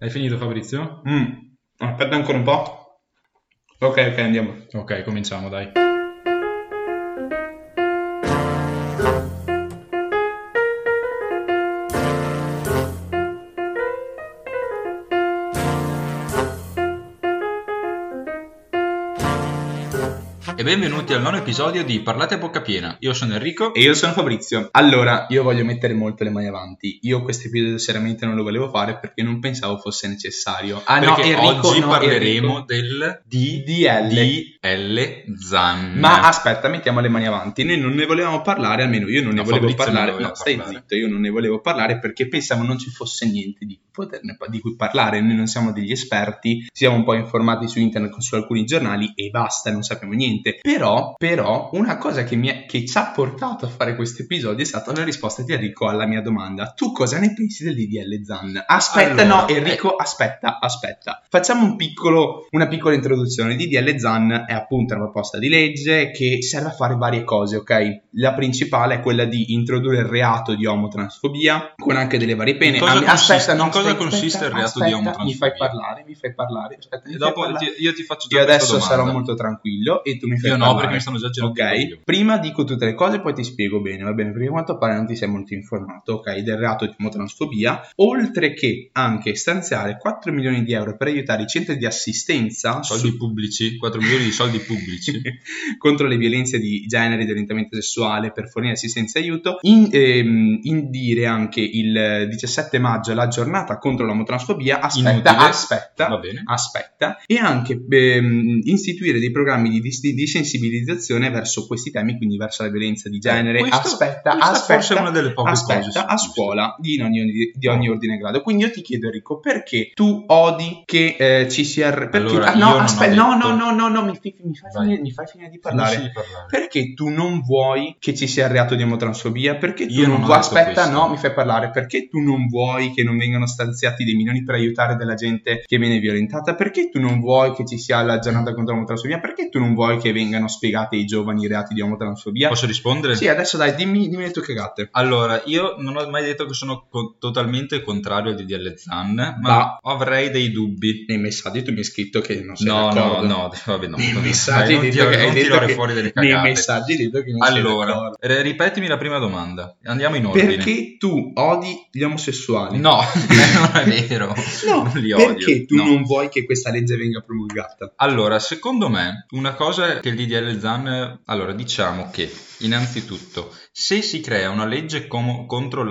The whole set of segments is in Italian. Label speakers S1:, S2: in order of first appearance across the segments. S1: Hai finito Fabrizio?
S2: Mm. Aspetta ancora un po'. Ok, ok, andiamo.
S1: Ok, cominciamo dai.
S3: E benvenuti al nono episodio di Parlate a bocca piena. Io sono Enrico.
S2: E io sono Fabrizio. Allora, io voglio mettere molto le mani avanti. Io questo episodio seriamente non lo volevo fare perché non pensavo fosse necessario. Ah
S3: perché oggi
S2: no,
S3: parleremo
S2: Enrico.
S3: del
S2: di DL.
S3: DL Zan.
S2: Ma aspetta, mettiamo le mani avanti. Noi non ne volevamo parlare, almeno io non ne
S3: No,
S2: volevo
S3: Fabrizio non
S2: parlare.
S3: ne voleva
S2: no, stai
S3: parlare.
S2: zitto, io non ne volevo parlare perché pensavo non ci fosse niente di, poterne- di cui parlare. Noi non siamo degli esperti, siamo un po' informati su internet, su alcuni giornali e basta, non sappiamo niente. Però, però, una cosa che, mi ha- che ci ha portato a fare questo episodio è stata la risposta di Enrico alla mia domanda. Tu cosa ne pensi del DDL Zan? Aspetta,
S3: Allora,
S2: no, Enrico, aspetta, aspetta. Facciamo un piccolo, una piccola introduzione. Il DDL ZAN è appunto una proposta di legge che serve a fare varie cose, ok? La principale è quella di introdurre il reato di omotransfobia con anche delle varie pene.
S3: In cosa
S2: Ah,
S3: consiste-
S2: aspetta, no,
S3: in cosa
S2: aspetta,
S3: consiste il
S2: aspetta,
S3: reato di
S2: aspetta, Mi
S3: omotransfobia?
S2: fai parlare, mi fai parlare. Aspetta, mi
S3: E
S2: fai
S3: dopo
S2: parlare.
S3: ti- io ti faccio già
S2: Io
S3: questa
S2: adesso sarò
S3: domanda.
S2: molto tranquillo e tu mi fai
S3: Io no,
S2: parlare.
S3: perché mi stanno già girando i coglioni.
S2: Ok, prima dico tutte le cose, poi ti spiego bene, va bene? Perché a quanto pare non ti sei molto informato, ok? Del reato di omotransfobia, oltre che anche stanziare 4 milioni di euro per aiutare i centri di assistenza
S3: Soldi
S2: su-
S3: pubblici, 4 milioni di soldi pubblici.
S2: contro le violenze di genere e di orientamento sessuale per fornire assistenza e aiuto, in, ehm, indire anche il 17 maggio la giornata contro l'omotransfobia. Aspetta,
S3: Inutile.
S2: aspetta,
S3: Va bene.
S2: aspetta, e anche ehm, istituire dei programmi di, dis- di sensibilizzazione verso questi temi, quindi verso la violenza di genere.
S3: Eh, Questo-
S2: aspetta,
S3: questa forse è
S2: aspetta,
S3: una delle poche cose. su
S2: aspetta, a
S3: cui-
S2: scuola di in ogni, di ogni ordine e grado. Quindi io ti chiedo, Enrico, perché tu odi che eh, ci sia. Perché,
S3: Allora,
S2: ah,
S3: io
S2: no,
S3: non ho
S2: aspetta, no,
S3: detto-
S2: no, no, no, no, mi, fi- mi fai,
S3: Vai.
S2: finire, mi fai finire di parlare.
S3: Finisci di parlare.
S2: Perché tu non vuoi che ci sia il reato di omotransfobia? Perché tu
S3: Io
S2: non
S3: non ho
S2: vuoi.
S3: detto
S2: Aspetta,
S3: questo.
S2: no, mi fai parlare. Perché tu non vuoi che non vengano stanziati dei milioni per aiutare della gente che viene violentata? Perché tu non vuoi che ci sia la giornata contro l'omotransfobia? Perché tu non vuoi che vengano spiegati ai giovani i reati di omotransfobia?
S3: Posso rispondere?
S2: Sì, adesso dai, dimmi, dimmi le tue cagate.
S3: Allora, io non ho mai detto che sono co- totalmente contrario al DDL Zan, ma
S2: Ma-
S3: avrei dei dubbi.
S2: Nei messaggi tu mi hai scritto che non sei
S3: No, no,
S2: d'accordo.
S3: no, vabbè, no.
S2: Nei
S3: vabbè.
S2: messaggi
S3: Dai,
S2: hai
S3: non
S2: detto
S3: tirare,
S2: che-
S3: non
S2: hai
S3: tirare
S2: detto
S3: fuori delle
S2: Nei
S3: cagate.
S2: messaggi hai detto che non sei
S3: Allora,
S2: d'accordo.
S3: r- ripetimi la prima domanda. Andiamo in ordine.
S2: Perché tu odi gli omosessuali?
S3: No, non è vero.
S2: No,
S3: non li odio.
S2: perché tu
S3: no.
S2: non vuoi che questa legge venga promulgata?
S3: Allora, secondo me, una cosa che il DDL Zan... Allora, diciamo che, innanzitutto, se si crea una legge com- contro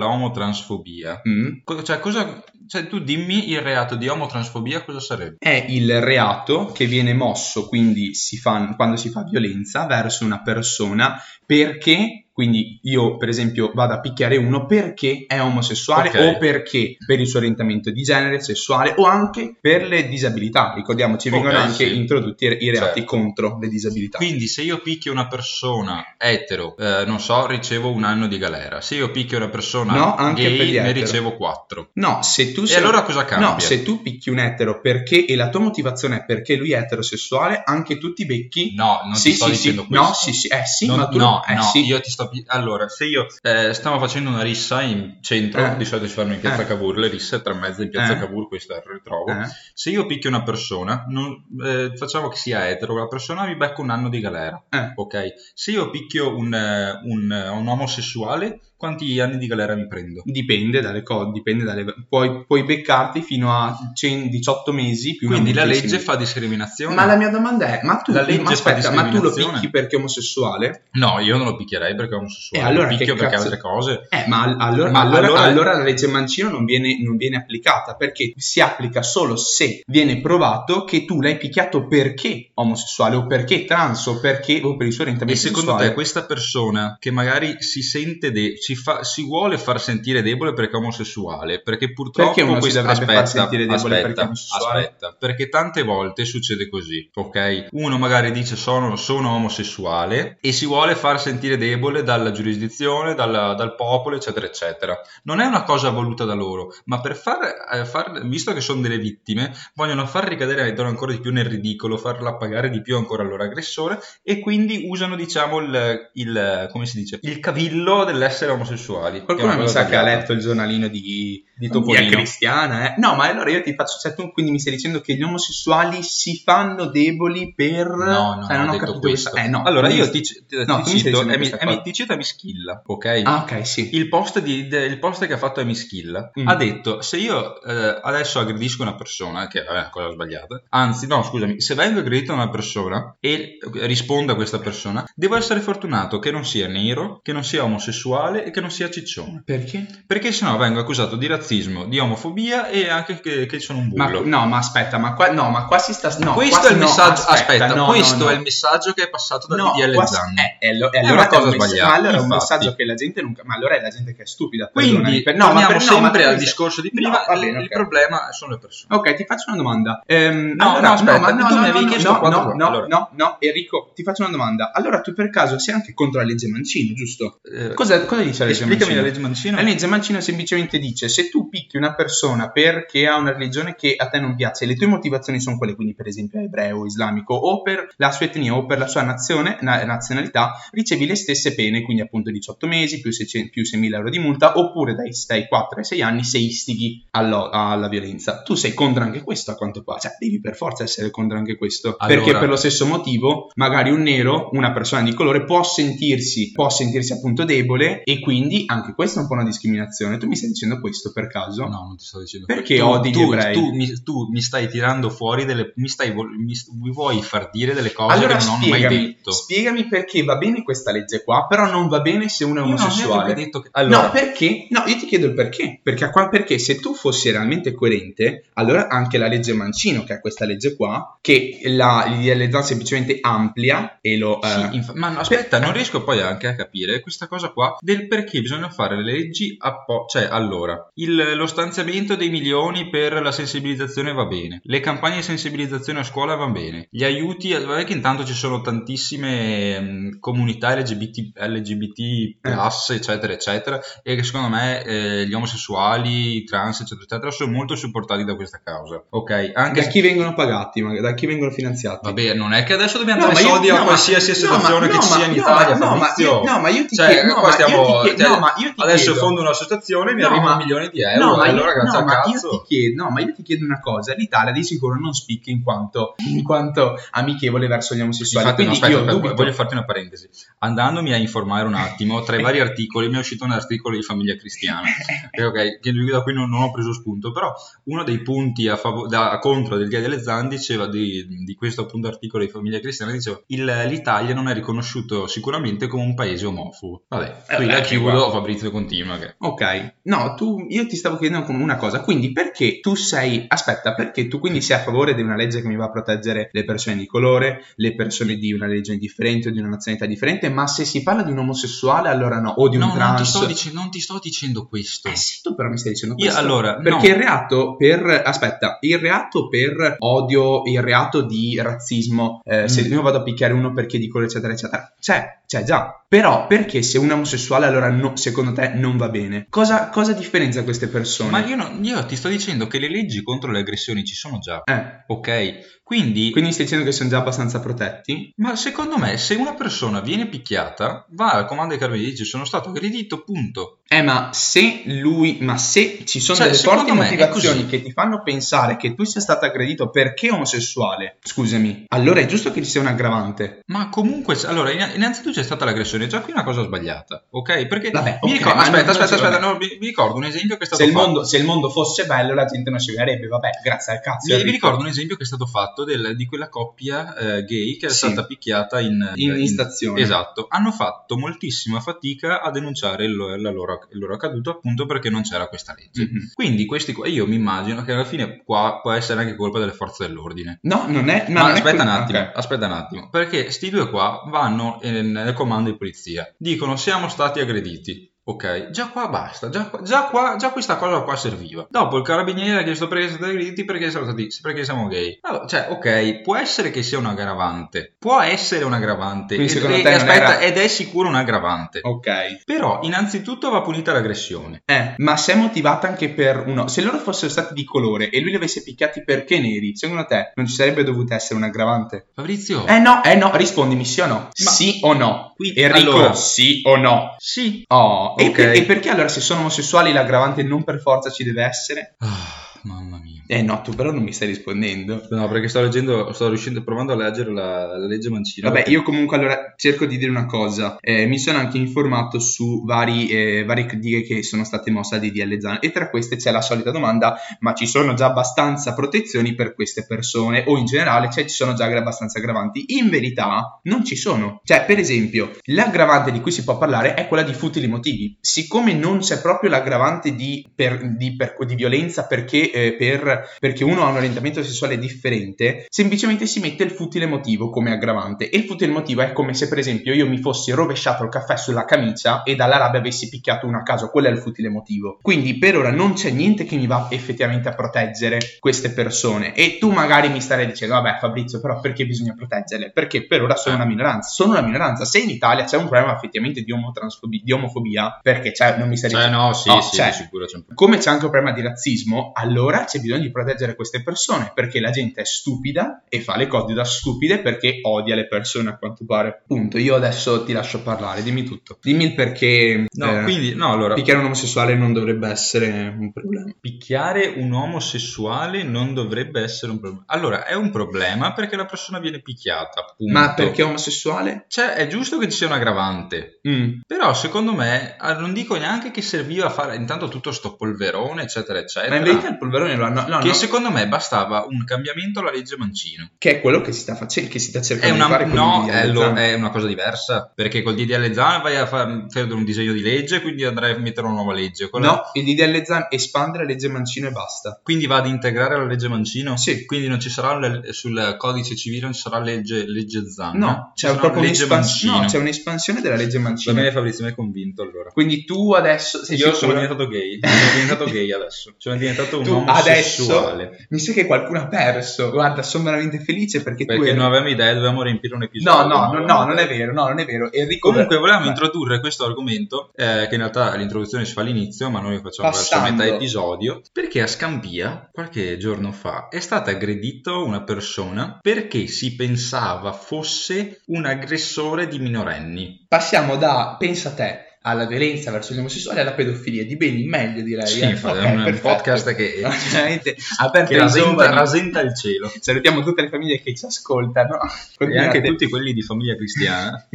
S3: l'omotransfobia,
S2: Mm?
S3: co- cioè, cosa... cioè, tu dimmi il reato di omotransfobia cosa sarebbe?
S2: È il reato che viene mosso, quindi si fa, quando si fa violenza verso una persona perché, quindi io per esempio vado a picchiare uno perché è omosessuale
S3: Ok.
S2: o perché per il suo orientamento di genere, sessuale o anche per le disabilità. Ricordiamoci,
S3: Ok,
S2: vengono anche
S3: sì.
S2: introdotti i reati
S3: Certo.
S2: contro le disabilità.
S3: Quindi se io picchio una persona etero, eh, non so, ricevo un anno di galera. Se io picchio una persona
S2: No, anche per gli
S3: gay, ne
S2: etero.
S3: ricevo quattro.
S2: No, se tu
S3: E
S2: sei...
S3: allora cosa cambia?
S2: No, se tu picchi un etero perché e la tua motivazione è perché lui è eterosessuale, anche tu ti becchi.
S3: No, non
S2: sì,
S3: ti sto
S2: sì,
S3: dicendo
S2: sì.
S3: questo.
S2: No, sì, sì, eh sì,
S3: Non-
S2: ma tu
S3: no,
S2: eh
S3: no,
S2: sì.
S3: io ti sto... pi- Allora, se io eh, stavo facendo una rissa in centro,
S2: Eh.
S3: di solito si fanno in piazza
S2: Eh.
S3: Cavour, le risse tra mezzo in piazza
S2: Eh.
S3: Cavour, questo è il ritrovo.
S2: Eh,
S3: Se io picchio una persona, non- eh, facciamo che sia etero, la persona mi becca un anno di galera,
S2: eh.
S3: ok? Se io picchio un, eh, un, eh, un omosessuale, quanti anni di galera mi prendo?
S2: Dipende dalle cose, dipende dalle... Puoi, puoi beccarti fino a 100 18 mesi più una
S3: Quindi la
S2: multissima.
S3: legge fa discriminazione?
S2: Ma la mia domanda è, ma tu,
S3: La legge
S2: ma
S3: fa
S2: aspetta, ma tu lo
S3: discriminazione?
S2: picchi perché è omosessuale?
S3: No, io non lo picchierei perché è omosessuale,
S2: E Eh, allora
S3: lo picchio
S2: che
S3: perché
S2: cazzo-
S3: altre cose.
S2: Eh, ma, al- allora,
S3: Ma
S2: allora,
S3: allora-
S2: allora la legge Mancino non viene, non viene applicata perché si applica solo se viene provato che tu l'hai picchiato perché omosessuale o perché trans o perché o per il suo
S3: E
S2: orientamento
S3: secondo te
S2: sessuale.
S3: questa persona che magari si sente de- si, fa- si vuole far sentire debole perché è omosessuale, perché purtroppo
S2: Perché uno si
S3: questa-
S2: dovrebbe far
S3: aspetta,
S2: sentire debole
S3: aspetta,
S2: perché è omosessuale?
S3: aspetta, perché tante volte succede così, ok? Uno magari dice sono, sono omosessuale e si vuole far sentire debole dalla giurisdizione, dalla- dal popolo, eccetera, eccetera. Non è una cosa voluta da loro, ma per far, eh, far- visto che sono delle vittime, vogliono far ricadere Aitor ancora di più nel ridicolo, farla pagare di più ancora al loro aggressore e quindi usano, diciamo, il, il- come si dice, il cavillo dell'essere siamo sessuali.
S2: Qualcuno mi sa che ha
S3: letto
S2: letto il giornalino di, di
S3: Via
S2: Cristiana, eh? No, ma allora io ti faccio, cioè tu quindi mi stai dicendo che gli omosessuali si fanno deboli per...
S3: No, no,
S2: Cioè,
S3: non ho
S2: non ho
S3: detto
S2: capito
S3: questo.
S2: questa- eh, no.
S3: allora io
S2: Quindi-
S3: ti, ti-
S2: no, tu mi
S3: ti
S2: stai
S3: cito,
S2: dicendo
S3: eh, mi-
S2: questa
S3: eh, mi-
S2: cosa.
S3: ti cito Emischilla, ok?
S2: Ah, ok, sì.
S3: Il post, di- de- il post che ha fatto Emischilla
S2: Mm.
S3: ha detto: Se io eh, adesso aggredisco una persona, che vabbè, è una cosa sbagliata, anzi, no, scusami, se vengo aggredito da una persona e eh, rispondo a questa persona, devo essere fortunato che non sia nero, che non sia omosessuale e che non sia ciccione.
S2: Perché?
S3: Perché sennò vengo accusato di razzismo, di omofobia e anche che, che sono un
S2: Ma,
S3: bullo.
S2: no, ma aspetta, ma qua, no, ma qua si sta... No,
S3: questo
S2: qua-
S3: è il
S2: no,
S3: messaggio. Aspetta,
S2: no,
S3: questo
S2: no, no.
S3: è il messaggio che è passato dal
S2: No,
S3: DDL
S2: qua-
S3: Zan.
S2: eh, eh, lo-
S3: È
S2: eh, allora
S3: una cosa
S2: è un mess-
S3: sbagliata,
S2: Ma allora è un
S3: infatti.
S2: messaggio che la gente non... cap- Ma allora è la gente che è stupida.
S3: Quindi
S2: perdonami. Per-
S3: torniamo
S2: per- no,
S3: sempre
S2: ma-
S3: al discorso di prima,
S2: No, va bene,
S3: il
S2: ok.
S3: problema sono le persone.
S2: Ok, ti faccio una domanda. Ehm,
S3: No,
S2: allora,
S3: no, aspetta,
S2: ma
S3: tu mi avevi chiesto
S2: no,
S3: quando-
S2: no, no,
S3: allora.
S2: no, no, Enrico, ti faccio una domanda. Allora, tu per caso sei anche contro la legge Mancino, giusto?
S3: Eh,
S2: Cosa, cosa dice la legge
S3: Esplicami
S2: Mancino?
S3: la legge Mancino.
S2: La legge Mancino Eh, semplicemente dice se tu picchi una persona perché ha una religione che a te non piace e le tue motivazioni sono quelle, quindi per esempio ebreo, islamico, o per la sua etnia o per la sua nazione- na- nazionalità, ricevi le stesse pene, quindi appunto 18 mesi più, 600 più 6.000 euro di multa, oppure dai, dai 4 ai 6 anni se istighi allo- alla violenza. Tu sei contro anche questo a quanto pare, cioè devi per forza essere contro anche questo,
S3: Allora-
S2: perché per lo stesso motivo magari un nero, una persona di colore può sentirsi, può sentirsi appunto debole e quindi anche questa è un po' una discriminazione. Tu mi stai dicendo questo per caso?
S3: No, non ti sto dicendo
S2: Perché
S3: questo.
S2: odi
S3: tu,
S2: gli ebrei?
S3: Tu, mi, tu mi stai tirando fuori delle. Mi, stai, vol- mi, st- mi vuoi far dire delle cose
S2: allora
S3: che non
S2: spiegami,
S3: ho mai detto.
S2: spiegami perché va bene questa legge qua, però non va bene se uno è
S3: Io non ho
S2: omosessuale.
S3: neanche detto che. Allora,
S2: No, perché? No, io ti chiedo il perché. Perché, a qua- perché se tu fossi realmente coerente, allora anche la legge Mancino, che è questa legge qua, che la l'IDL Zan semplicemente amplia e lo... eh,
S3: Sì, inf- ma no, aspetta, non riesco poi anche a capire questa cosa qua del perché bisogna fare le leggi a po'. Cioè, allora, il- lo stanziamento dei milioni per la sensibilizzazione va bene, le campagne di sensibilizzazione a scuola va bene, gli aiuti, a- vabbè che intanto ci sono tantissime mh, comunità LGBT, LGBT+, eccetera, eccetera, e che secondo me eh, gli omosessuali, i trans, eccetera, eccetera, sono molto supportati da questa causa, ok? Anche
S2: da
S3: se-
S2: chi vengono pagati, magari, da chi vengono finanziati.
S3: Vabbè, Eh, non è che adesso dobbiamo
S2: No,
S3: dare
S2: ma io-
S3: soldi a
S2: no, ma-
S3: qualsiasi
S2: no, ma-
S3: associazione che
S2: no,
S3: ci
S2: ma-
S3: sia in
S2: no,
S3: Italia.
S2: ma- no, ma
S3: Fabrizio.
S2: io- no, ma io ti
S3: Cioè,
S2: chiedo- no,
S3: qua
S2: ma io
S3: stiamo-
S2: ti chiedo-
S3: cioè,
S2: no, ma io ti
S3: adesso
S2: chiedo-
S3: fondo un'associazione e mi
S2: No,
S3: arrivano
S2: ma-
S3: milioni di euro.
S2: ma
S3: e
S2: io-
S3: allora, grazie
S2: no,
S3: al
S2: ma io
S3: cazzo.
S2: ti chiedo, no, ma io ti chiedo una cosa: l'Italia di sicuro non spicca in quanto, in quanto amichevole verso gli omosessuali.
S3: Infatti, no,
S2: Quindi
S3: aspetta,
S2: io
S3: aspetta,
S2: dubito.
S3: voglio farti una parentesi. Andandomi a informare un attimo, tra i vari articoli mi è uscito un articolo di Famiglia Cristiana, eh, ok, che- da cui non, non ho preso spunto, però uno dei punti a, fav- da- contro del Dia delle Zan diceva di, di questo appunto articolo di Famiglia Cristiana, diceva "Il- l'Italia non è riconosciuto sicuramente come un paese omofobo. Vabbè,
S2: Eh,
S3: qui
S2: beh,
S3: la
S2: anche
S3: chiudo,
S2: qua.
S3: Fabrizio continua. Che...
S2: Ok, no, tu, io ti stavo chiedendo come una cosa, quindi perché tu sei, aspetta, perché tu quindi sei a favore di una legge che mi va a proteggere le persone di colore, le persone di una religione differente o di una nazionalità differente, ma se si parla di un omosessuale allora no, o di un
S3: No, non ti,
S2: trans...
S3: sto dic- non ti sto dicendo questo.
S2: Eh sì, tu però mi stai dicendo
S3: Io-
S2: questo.
S3: allora, no.
S2: Perché il reato per, aspetta, il reato per odio, il reato di razzismo, eh, se
S3: Mm.
S2: io vado a picchiare uno perché dico eccetera eccetera, c'è, c'è già. Però perché se uno è omosessuale allora no- secondo te non va bene? Cosa, cosa differenzia queste persone?
S3: Ma io, non- io ti sto dicendo che le leggi contro le aggressioni ci sono già,
S2: Eh,
S3: ok? Quindi
S2: quindi stai dicendo che sono già abbastanza protetti?
S3: Ma secondo me, se una persona viene picchiata, va al comando dei carabinieri e dice sono stato aggredito, punto.
S2: Eh, ma se lui, ma se ci sono
S3: Cioè,
S2: delle
S3: secondo
S2: forti
S3: me è
S2: motivazioni
S3: così.
S2: che ti fanno pensare che tu sia stato aggredito perché omosessuale, scusami, allora è giusto che ci sia un aggravante.
S3: Ma comunque, allora, inna- innanzitutto c'è stata l'aggressione, già qui è una cosa sbagliata, ok? Perché
S2: Vabbè,
S3: mi
S2: ok,
S3: ricordo,
S2: ma
S3: aspetta,
S2: non-
S3: aspetta,
S2: non-
S3: aspetta, no, mi, mi ricordo un esempio che è stato
S2: se il,
S3: fatto.
S2: mondo, se il mondo fosse bello la gente non ci vedrebbe, vabbè, grazie al cazzo.
S3: Mi, mi ricordo un esempio che è stato fatto del- di quella coppia eh, gay che è
S2: Sì.
S3: stata picchiata in,
S2: In- in stazione.
S3: Esatto, hanno fatto moltissima fatica a denunciare il, lo- la loro, il loro accaduto appunto perché non c'era questa legge.
S2: Mhm.
S3: Quindi questi qua, io mi immagino che alla fine qua può essere anche colpa delle forze dell'ordine.
S2: No, non è...
S3: Ma,
S2: Ma, non è
S3: aspetta
S2: qui-
S3: un attimo,
S2: ok.
S3: aspetta un attimo, perché sti due qua vanno eh, nel comando di polizia, dicono siamo stati aggrediti. Ok, già qua basta, già, qua- già qua- già questa cosa qua serviva. Dopo il carabiniere ha chiesto perché siete aggrediti perché siamo, stati, perché siamo gay. Allora, cioè, ok, può essere che sia un aggravante, può essere un aggravante,
S2: Quindi
S3: ed,
S2: secondo
S3: e-
S2: te non
S3: aspetta,
S2: era-
S3: ed è sicuro un aggravante.
S2: Ok.
S3: Però, innanzitutto va punita l'aggressione.
S2: Eh, ma se è motivata anche per uno... Se loro fossero stati di colore e lui li avesse picchiati perché neri, secondo te non ci sarebbe dovuta essere un aggravante?
S3: Fabrizio,
S2: Eh no, eh no, rispondimi sì o no.
S3: Ma-
S2: Sì o no.
S3: Qui-
S2: Enrico,
S3: allora-
S2: sì o no.
S3: sì,
S2: Oh, No, e,
S3: Ok.
S2: per- e perché allora se sono omosessuali l'aggravante non per forza ci deve essere?
S3: Ah, mamma mia.
S2: Eh no, tu però non mi stai rispondendo.
S3: No, perché sto leggendo, sto riuscendo, provando a leggere la, la legge Mancino.
S2: Vabbè, io comunque allora cerco di dire una cosa. Eh, mi sono anche informato su vari, eh, varie critiche che sono state mosse a DDL Zan e tra queste c'è la solita domanda, ma ci sono già abbastanza protezioni per queste persone o in generale cioè, ci sono già abbastanza aggravanti? In verità non ci sono. Cioè, per esempio, l'aggravante di cui si può parlare è quella di futili motivi. Siccome non c'è proprio l'aggravante di, per- di per- di violenza perché, eh, per perché uno ha un orientamento sessuale differente, semplicemente si mette il futile motivo come aggravante. E il futile motivo è come se, per esempio, io mi fossi rovesciato il caffè sulla camicia e dalla rabbia avessi picchiato una a caso. Quello è il futile motivo. Quindi per ora non c'è niente che mi va effettivamente a proteggere queste persone. E tu magari mi starei dicendo, vabbè, Fabrizio, però perché bisogna proteggerle? Perché per ora sono una minoranza. Sono una minoranza. Se in Italia c'è un problema effettivamente di, omotransfobi- di omofobia, perché c'è, non mi stai
S3: Cioè, no, sì,
S2: No,
S3: sì,
S2: cioè-
S3: di sicuro c'è un po'.
S2: come c'è anche un problema di razzismo, allora c'è bisogno di proteggere queste persone perché la gente è stupida e fa le cose da stupide perché odia le persone a quanto pare. Punto. Io adesso ti lascio parlare, dimmi tutto. Dimmi il perché
S3: No,
S2: eh,
S3: quindi, no, allora,
S2: picchiare un omosessuale non dovrebbe essere un problema.
S3: picchiare un omosessuale non dovrebbe essere un problema. Allora, è un problema perché la persona viene picchiata, appunto.
S2: Ma perché è omosessuale?
S3: Cioè, è giusto che ci sia un aggravante,
S2: Mm.
S3: Però secondo me, ah, non dico neanche che serviva a fare intanto tutto sto polverone, eccetera, eccetera.
S2: Ma in verità il polverone lo hanno... no,
S3: Eh, che
S2: no,
S3: secondo me bastava un cambiamento alla legge Mancino.
S2: che è quello che si sta facendo, che si sta
S3: È
S2: cercando
S3: una,
S2: di fare con
S3: no,
S2: il DDL
S3: è, lo-
S2: Zan.
S3: è una cosa diversa, perché col DDL Zan vai a far- fare un disegno di legge, quindi andrai a mettere una nuova legge. Quella-
S2: No, il DDL Zan espande la legge Mancino e basta.
S3: Quindi va ad integrare la legge Mancino?
S2: Sì.
S3: Quindi non ci sarà le- sul codice civile, non ci sarà legge, legge Zan?
S2: No,
S3: Ah, Ci
S2: c'è
S3: sarà
S2: proprio
S3: legge
S2: un'espans-
S3: Mancino.
S2: no, c'è un'espansione della legge
S3: Va
S2: Mancino.
S3: bene Fabrizio, mi hai convinto allora.
S2: Quindi tu adesso sei
S3: Io sono
S2: sicuro?
S3: diventato gay, sono diventato gay adesso, sono diventato un
S2: Tu
S3: omosessuale.
S2: Mi sa che qualcuno ha perso. Guarda, sono veramente felice perché, tu
S3: Perché
S2: eri...
S3: non avevamo idea, dovevamo riempire un
S2: No,
S3: episodio.
S2: no, no,
S3: Non
S2: no,
S3: avevamo
S2: non è
S3: idea.
S2: vero, no, non è vero. Enrico
S3: Comunque volevamo
S2: Beh,
S3: introdurre questo argomento, eh, che in realtà l'introduzione si fa all'inizio, ma noi facciamo verso
S2: Passando.
S3: metà episodio, perché a Scampia, qualche giorno fa, è stata aggredita una persona perché si pensava fosse un aggressore di minorenni.
S2: Passiamo da, pensa te, alla violenza verso gli omosessuali e alla pedofilia. Di beni meglio direi.
S3: Sì,
S2: eh.
S3: infatti,
S2: Ok,
S3: è un
S2: perfetto.
S3: podcast che,
S2: No, veramente, aperto
S3: che
S2: ai
S3: rasenta,
S2: giovani.
S3: rasenta il cielo.
S2: Salutiamo tutte le famiglie che ci ascoltano.
S3: E
S2: Continuate.
S3: anche tutti quelli di famiglia cristiana.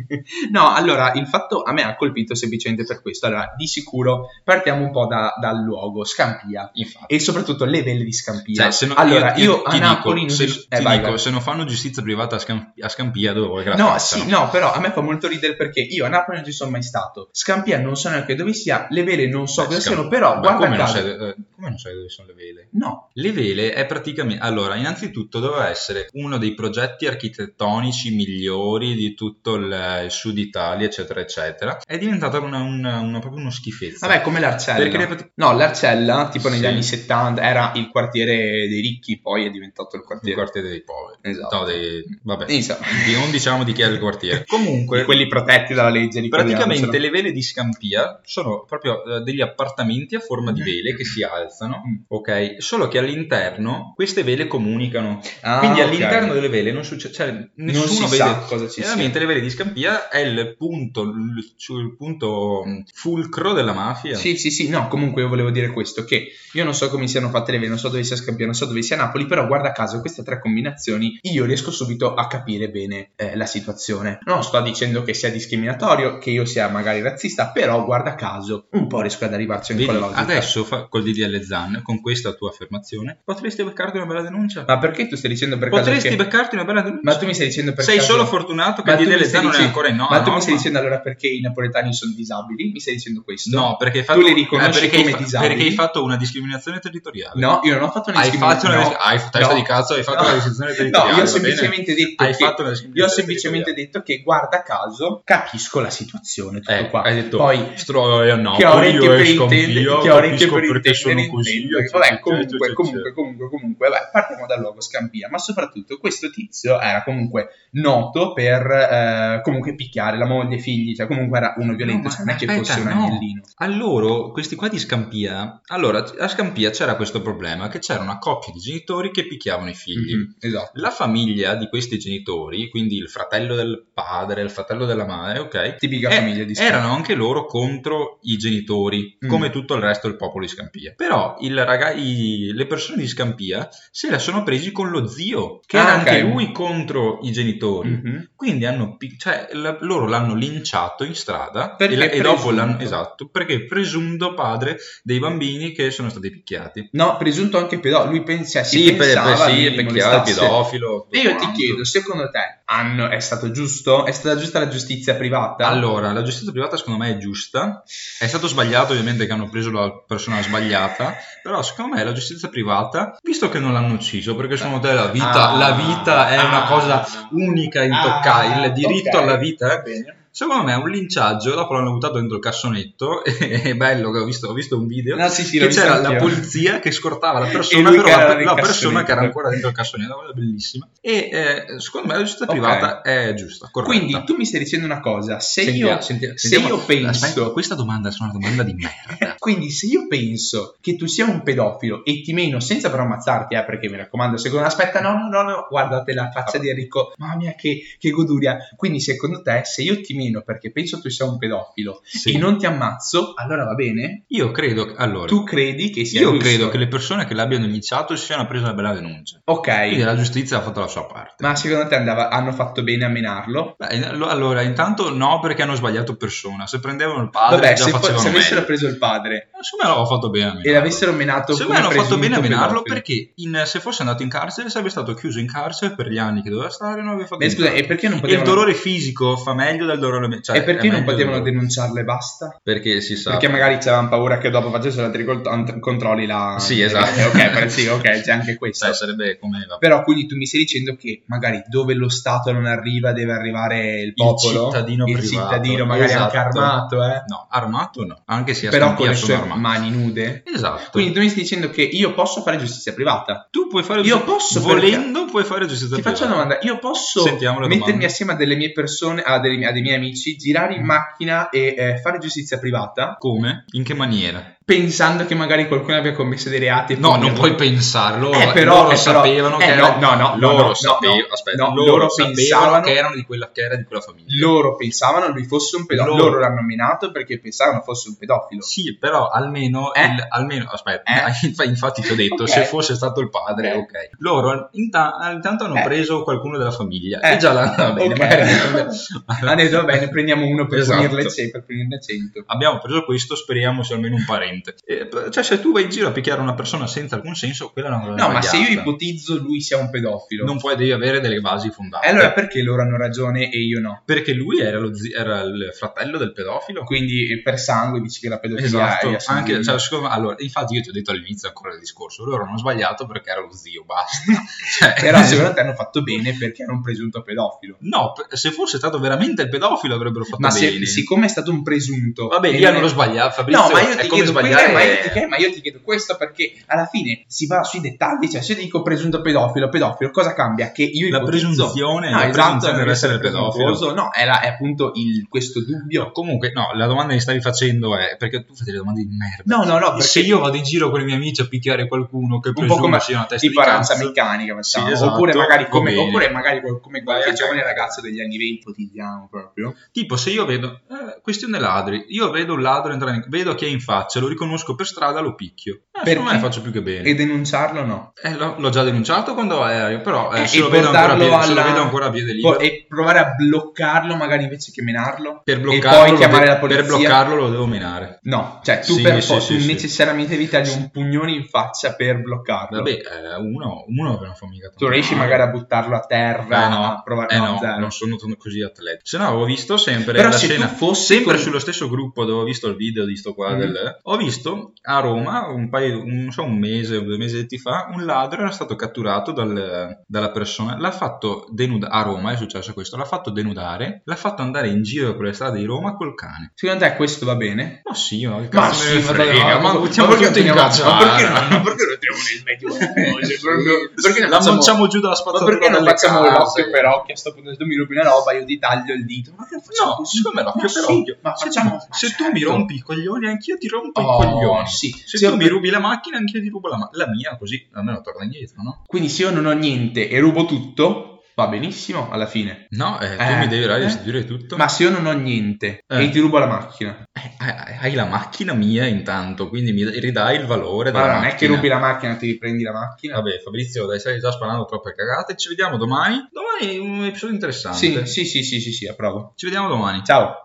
S2: No, allora, il fatto a me ha colpito semplicemente per questo. Allora, di sicuro partiamo un po' da- dal luogo, Scampia.
S3: Infatti.
S2: E soprattutto le vele di Scampia.
S3: Cioè, se no-
S2: allora, io,
S3: ti
S2: a
S3: dico,
S2: Napoli non
S3: se,
S2: rius-
S3: ti
S2: eh, vai,
S3: dico,
S2: vai.
S3: se non fanno giustizia privata a, Scam- a Scampia, dove vuoi che la
S2: No,
S3: facciano?
S2: sì, no, però a me fa molto ridere perché io a Napoli non ci sono mai stato. Scampia non so neanche dove sia, le vele non so
S3: Beh,
S2: cosa
S3: Scam-
S2: siano, però
S3: Ma
S2: guarda
S3: come non,
S2: caso-
S3: sai, eh, come non sai dove sono le vele?
S2: No,
S3: Le vele è praticamente... Allora, innanzitutto doveva essere uno dei progetti architettonici migliori di tutto il, il sud Italia, eccetera, eccetera. È diventata una, una- una- proprio uno schifezza.
S2: vabbè, come l'Arcella.
S3: Perché le prati-
S2: No, l'Arcella, tipo negli
S3: Sì.
S2: anni 70, era il quartiere dei ricchi, poi è diventato il
S3: il
S2: quartiere...
S3: quartiere dei poveri.
S2: Esatto.
S3: No, dei... Vabbè.
S2: Insomma,
S3: Di- Non diciamo di chi è il quartiere.
S2: di
S3: Comunque...
S2: quelli protetti dalla legge. ricordiamocelo.
S3: Praticamente le vele di Scampia sono proprio eh, degli appartamenti a forma di vele che si alzano,
S2: Mm.
S3: ok? Solo che all'interno queste vele comunicano.
S2: Ah,
S3: Quindi
S2: ok.
S3: all'interno delle vele non Eh, succede, cioè
S2: non si
S3: nessuno
S2: sa
S3: vede.
S2: cosa ci sia.
S3: Veramente le vele di Scampia è il punto, il, il punto mm, fulcro della mafia.
S2: Sì, sì, sì, no, comunque io volevo dire questo, che io non so come siano fatte le vele, non so dove sia Scampia, non so dove sia Napoli, però guarda caso queste tre combinazioni io riesco subito a capire bene eh, la situazione. Non sto dicendo che sia discriminatorio, che io sia magari razzista, però guarda caso un po' riesco ad arrivarci anche
S3: Vedi,
S2: con la logica.
S3: adesso fa- col DDL Zan, con questa tua affermazione, potresti beccarti una bella denuncia.
S2: Ma perché tu stai dicendo Ah, per caso
S3: potresti
S2: che-
S3: beccarti una bella denuncia.
S2: Ma tu mi stai dicendo per
S3: Sei
S2: caso-
S3: solo fortunato che
S2: Ma
S3: il
S2: tu mi
S3: DDL
S2: stai
S3: Zan non è
S2: dicendo-
S3: ancora in norma.
S2: Ma tu mi stai dicendo allora perché i napoletani sono disabili? Mi stai dicendo questo?
S3: No, perché hai
S2: Tu
S3: fatto,
S2: li riconosci
S3: perché
S2: come
S3: hai fa-
S2: disabili?
S3: perché hai fatto una discriminazione territoriale.
S2: No, io non ho fatto una
S3: hai fatto una
S2: discriminazione. no.
S3: hai testa
S2: No.
S3: di cazzo, hai fatto
S2: No.
S3: una discriminazione
S2: No,
S3: territoriale.
S2: io ho
S3: va
S2: semplicemente
S3: bene?
S2: detto
S3: hai
S2: che-
S3: fatto una
S2: Io ho
S3: discriminazione
S2: semplicemente detto che guarda caso capisco la situazione, tutto
S3: territoriale. Eh,
S2: Ecco qua.
S3: hai detto
S2: Poi
S3: "Stro- eh, no,
S2: che ho
S3: poi
S2: orecchie
S3: io
S2: per
S3: esco
S2: intendere,
S3: anch'io,
S2: che ho orecchie
S3: capisco
S2: per
S3: perché sono
S2: intendere un consiglio.
S3: eccetera,
S2: Vabbè,
S3: eccetera,
S2: comunque,
S3: eccetera.
S2: comunque, comunque, comunque, vabbè, partiamo dal logo Scampia, ma soprattutto questo tizio era comunque noto per eh, comunque picchiare la moglie, i figli, cioè comunque era uno violento,
S3: No,
S2: cioè
S3: ma
S2: non è che
S3: aspetta,
S2: fosse un
S3: no.
S2: agnellino.
S3: A loro, questi qua di Scampia, allora a Scampia c'era questo problema, che c'era una coppia di genitori che picchiavano i figli.
S2: Mhm, esatto.
S3: La famiglia di questi genitori, quindi il fratello del padre, il fratello della madre, ok,
S2: Tipica
S3: eh,
S2: famiglia di Scampia.
S3: erano anche loro contro i genitori,
S2: Mm.
S3: come tutto il resto del popolo di Scampia. Però il raga- i- le persone di Scampia se la sono presi con lo zio, che
S2: Ah,
S3: era
S2: ok.
S3: anche lui contro i genitori.
S2: Mhm.
S3: Quindi hanno, pi- cioè, la- loro l'hanno linciato in strada
S2: Perché
S3: e, la- e dopo
S2: presunto.
S3: l'hanno esatto, perché presunto padre dei bambini che sono stati picchiati.
S2: No, presunto anche pedofilo. Lui pensa, si
S3: per,
S2: pensava
S3: sì,
S2: mi
S3: picchiato,
S2: molestasse.
S3: pedofilo.
S2: E io ti
S3: quanto.
S2: chiedo, secondo te hanno- è stato giusto? È stata giusta la giustizia privata?
S3: Allora, la giustizia privata secondo me è giusta. È stato sbagliato ovviamente che hanno preso la persona
S2: Ah,
S3: sbagliata, però secondo me la giustizia privata, visto che non l'hanno ucciso, perché secondo te la vita,
S2: Ah,
S3: la vita è una
S2: ah,
S3: cosa unica, intoccabile,
S2: Ah,
S3: il diritto
S2: ok.
S3: alla vita eh. è
S2: Va bene.
S3: Secondo me è un linciaggio, dopo l'hanno buttato dentro il cassonetto, e è bello che ho visto, ho visto un video,
S2: No, sì, Ah, sì, l'ho
S3: che
S2: visto
S3: c'era la
S2: anch'io.
S3: polizia che scortava la persona,
S2: E lui
S3: però
S2: che era
S3: la,
S2: nel
S3: la persona
S2: cassonetto.
S3: che era ancora dentro il cassonetto, una cosa bellissima. E eh, secondo me la giustizia
S2: Ok.
S3: privata è giusta, corretta.
S2: Quindi tu mi stai dicendo una cosa, se
S3: Sentiamo-
S2: io,
S3: senti-
S2: se
S3: sentiamo-
S2: io penso...
S3: Aspetta, questa domanda è una domanda di merda.
S2: Quindi se io penso che tu sia un pedofilo e ti meno senza però ammazzarti, eh, perché mi raccomando, secondo aspetta, no, no, no, no, guardate la faccia di Enrico, mamma mia che, che goduria. Quindi secondo te se io ti meno perché penso tu sia un pedofilo
S3: Sì.
S2: e non ti ammazzo, allora va bene?
S3: Io credo, che- allora,
S2: Tu credi che sia
S3: io
S2: giusto?
S3: credo che le persone che l'abbiano linciato siano prese una bella denuncia. Quindi
S2: Ok,
S3: la giustizia ha fatto la sua parte.
S2: ma secondo te andava- hanno fatto bene a menarlo?
S3: Beh, allo- allora, intanto no, perché hanno sbagliato persona. Se prendevano il padre,
S2: Vabbè,
S3: Ah, già
S2: se, po-
S3: facevano
S2: se avessero
S3: meglio. Eh,
S2: preso il padre
S3: Secondo me l'ho fatto bene. a
S2: e
S3: menarlo.
S2: l'avessero menato
S3: Secondo me
S2: come
S3: hanno fatto bene a
S2: presunto
S3: menarlo
S2: pedofilo.
S3: perché in- se fosse andato in carcere sarebbe stato chiuso in carcere per gli anni che doveva stare. Non aveva fatto
S2: Beh, Eh, scusa,
S3: niente.
S2: e perché non
S3: E il
S2: potevano,
S3: dolore fisico fa meglio del dolore me- cioè,
S2: e perché
S3: è
S2: non
S3: meglio
S2: potevano
S3: del dolore-
S2: denunciarle e basta?
S3: Perché si sa.
S2: Perché magari c'avevano paura che dopo facessero altri col- ant- controlli la...
S3: Sì, esatto.
S2: Eh, ok, per- sì, ok, c'è anche questo.
S3: Cioè, sarebbe come vabbè,
S2: Però quindi tu mi stai dicendo che magari dove lo Stato non arriva deve arrivare il popolo,
S3: cittadino
S2: il
S3: privato,
S2: cittadino magari anche
S3: esatto.
S2: armato, eh?
S3: No, armato no. Anche se a
S2: però
S3: Scampia
S2: con le
S3: sono
S2: sue
S3: armato.
S2: mani nude.
S3: Esatto.
S2: Quindi tu mi stai dicendo che io posso fare giustizia privata?
S3: tu puoi fare
S2: Io posso
S3: volendo puoi fare giustizia
S2: Ti faccio una
S3: privata.
S2: domanda, io posso
S3: Sentiamo la
S2: mettermi
S3: domanda. Mm.
S2: assieme a delle mie persone, a, delle mie- a dei miei amici, girare in macchina e eh, fare giustizia privata
S3: come? In che maniera?
S2: pensando che magari qualcuno abbia commesso dei reati? e
S3: No,
S2: poi-
S3: non puoi pensarlo.
S2: Eh, però-
S3: loro
S2: eh, però-
S3: sapevano
S2: eh,
S3: che
S2: no,
S3: erano,
S2: no, no,
S3: loro
S2: no, no,
S3: sapevano,
S2: no,
S3: aspetta,
S2: no,
S3: loro,
S2: loro
S3: sapevano
S2: pensavano-
S3: che erano di quella, che era di quella famiglia.
S2: loro pensavano lui fosse un pedofilo.
S3: Loro.
S2: Loro, l'hanno menato perché pensavano fosse un pedofilo.
S3: Sì, però almeno,
S2: Eh?
S3: il- almeno aspetta,
S2: Eh?
S3: inf- infatti ti ho detto,
S2: Ok.
S3: se fosse stato il padre,
S2: Eh.
S3: ok. Loro inta- intanto hanno
S2: Eh.
S3: preso qualcuno della famiglia
S2: Eh.
S3: e già l'hanno va bene,
S2: Ok.
S3: magari-
S2: Ha detto, vabbè, ne prendiamo uno per
S3: Esatto.
S2: punirle ce- per punirne 100.
S3: Abbiamo preso questo, speriamo sia almeno un parente. Eh, cioè, se tu vai in giro a picchiare una persona senza alcun senso, quella è una cosa
S2: No, ma se io
S3: sbagliata.
S2: ipotizzo lui sia un pedofilo,
S3: non puoi, devi avere delle basi fondate.
S2: e allora perché loro hanno ragione e io no?
S3: Perché lui era, lo zi- era il fratello del pedofilo.
S2: Quindi eh, per sangue dici che la pedofilia è
S3: Esatto,
S2: assolutamente-
S3: anche, cioè, secondo me- allora, infatti io ti ho detto all'inizio ancora del discorso, loro hanno sbagliato perché era lo zio, basta. Cioè,
S2: Però secondo te hanno fatto bene perché era un presunto pedofilo.
S3: No, p- se fosse stato veramente il pedofilo avrebbero fatto
S2: Ma se-
S3: bene.
S2: siccome è stato un presunto...
S3: Vabbè,
S2: e
S3: lì
S2: non
S3: hanno
S2: è-
S3: lo sbagliato, Fabrizio,
S2: No, ma io,
S3: è
S2: ti
S3: come
S2: chiedo, que-
S3: sbagliare...
S2: eh, ma io ti chiedo- ma io ti chiedo questo perché alla fine si va sui dettagli, cioè se io dico presunto pedofilo, pedofilo, cosa cambia? Che io
S3: La
S2: ipotizzo-
S3: presunzione,
S2: No,
S3: la
S2: esatto,
S3: presunzione deve essere pedofilo.
S2: presuntuoso. No, è, la- è appunto il- questo dubbio.
S3: Comunque, no, la domanda che stavi facendo è perché tu fai delle domande di merda.
S2: No, no, no, perché
S3: se io vado in giro con i miei amici a picchiare qualcuno che
S2: un po' come
S3: presumo sia una testa di
S2: tipo aranza
S3: cazzo,
S2: meccanica, facciamo.
S3: Sì, esatto,
S2: oppure magari
S3: va
S2: come,
S3: bene.
S2: oppure magari come- come qualche
S3: Vai, ok.
S2: giovane ragazzo degli anni 20 ipotizziamo proprio.
S3: Tipo, se io vedo, eh, questione ladri, io vedo un ladro entrare in, vedo chi è in faccia, lo riconosco per strada, lo picchio. Eh, secondo
S2: Perché?
S3: me faccio più che bene.
S2: E denunciarlo no.
S3: Eh, l'ho, l'ho già denunciato quando ero, però eh,
S2: Eh,
S3: se,
S2: e
S3: lo vedo ancora a
S2: portarlo
S3: piede, se lo
S2: alla-
S3: vedo ancora a piede libero,
S2: Poi- E provare a bloccarlo magari invece che menarlo.
S3: per,
S2: poi
S3: bloccarlo, lo
S2: chiamare
S3: de-
S2: la polizia.
S3: per bloccarlo lo devo menare.
S2: No, cioè tu
S3: Sì,
S2: per
S3: sì,
S2: po-
S3: sì,
S2: tu
S3: sì.
S2: necessariamente devi dargli un pugnone in faccia per bloccarlo.
S3: Vabbè, eh, uno, uno non fa mica tanto
S2: Tu riesci
S3: male.
S2: magari a buttarlo a terra,
S3: Eh no,
S2: a provare
S3: eh
S2: no,
S3: no,
S2: zero.
S3: non sono tanto così atletico. Se no, avevo visto sempre
S2: Però
S3: la
S2: se tu
S3: scena,
S2: fossi
S3: sempre
S2: con-
S3: sullo stesso gruppo dove ho visto il video di sto qua.
S2: Mm.
S3: del- Ho visto a Roma un paio, un, non so, un mese o due mesetti fa, un ladro era stato catturato dal- dalla persona, l'ha fatto denudare. A Roma è successo questo, l'ha fatto denudare pagare, l'ha fatto andare in giro per le strade di Roma col cane.
S2: Secondo te questo va bene?
S3: Ma sì, ma che
S2: Ma
S3: cazzo me ne
S2: sì, ma
S3: frega, ma,
S2: dai,
S3: diciamo
S2: ma-
S3: buttiamo
S2: ma
S3: tutto
S2: perché
S3: in
S2: teniamo- ma
S3: cacciara.
S2: perché non- ma
S3: perché non
S2: Sì, perché non
S3: La
S2: facciamo-
S3: manciamo giù dalla
S2: Ma
S3: spazzatura
S2: perché non
S3: delle
S2: facciamo
S3: case?
S2: l'occhio per occhio? A sto punto, se tu mi rubi una roba, io ti taglio il dito. Ma che facciamo
S3: No,
S2: così?
S3: siccome l'occhio
S2: Ma
S3: per
S2: sì,
S3: occhio.
S2: Ma
S3: se,
S2: facciamo.
S3: tu, se tu mi
S2: certo.
S3: rompi i coglioni, anch'io ti rompo
S2: Oh,
S3: i coglioni.
S2: sì.
S3: Se
S2: Sì,
S3: tu mi
S2: per-
S3: rubi la macchina, anch'io ti rubo la, ma- la mia, così almeno torna indietro, no?
S2: Quindi, se io non ho niente e rubo tutto, va benissimo alla fine.
S3: No, eh, tu
S2: Eh,
S3: mi devi
S2: eh.
S3: restituire tutto.
S2: Ma se io non ho niente
S3: Eh.
S2: e ti rubo la macchina,
S3: Eh, hai hai la macchina mia intanto, quindi mi ridai il valore
S2: ma
S3: della
S2: non è che
S3: macchina.
S2: rubi la macchina, ti riprendi la macchina.
S3: Vabbè, Fabrizio, dai, stai già sparando troppe cagate. Ci vediamo domani. Domani è un episodio interessante.
S2: Sì, sì, sì, sì, sì, sì, approvo.
S3: Ci vediamo domani.
S2: Ciao.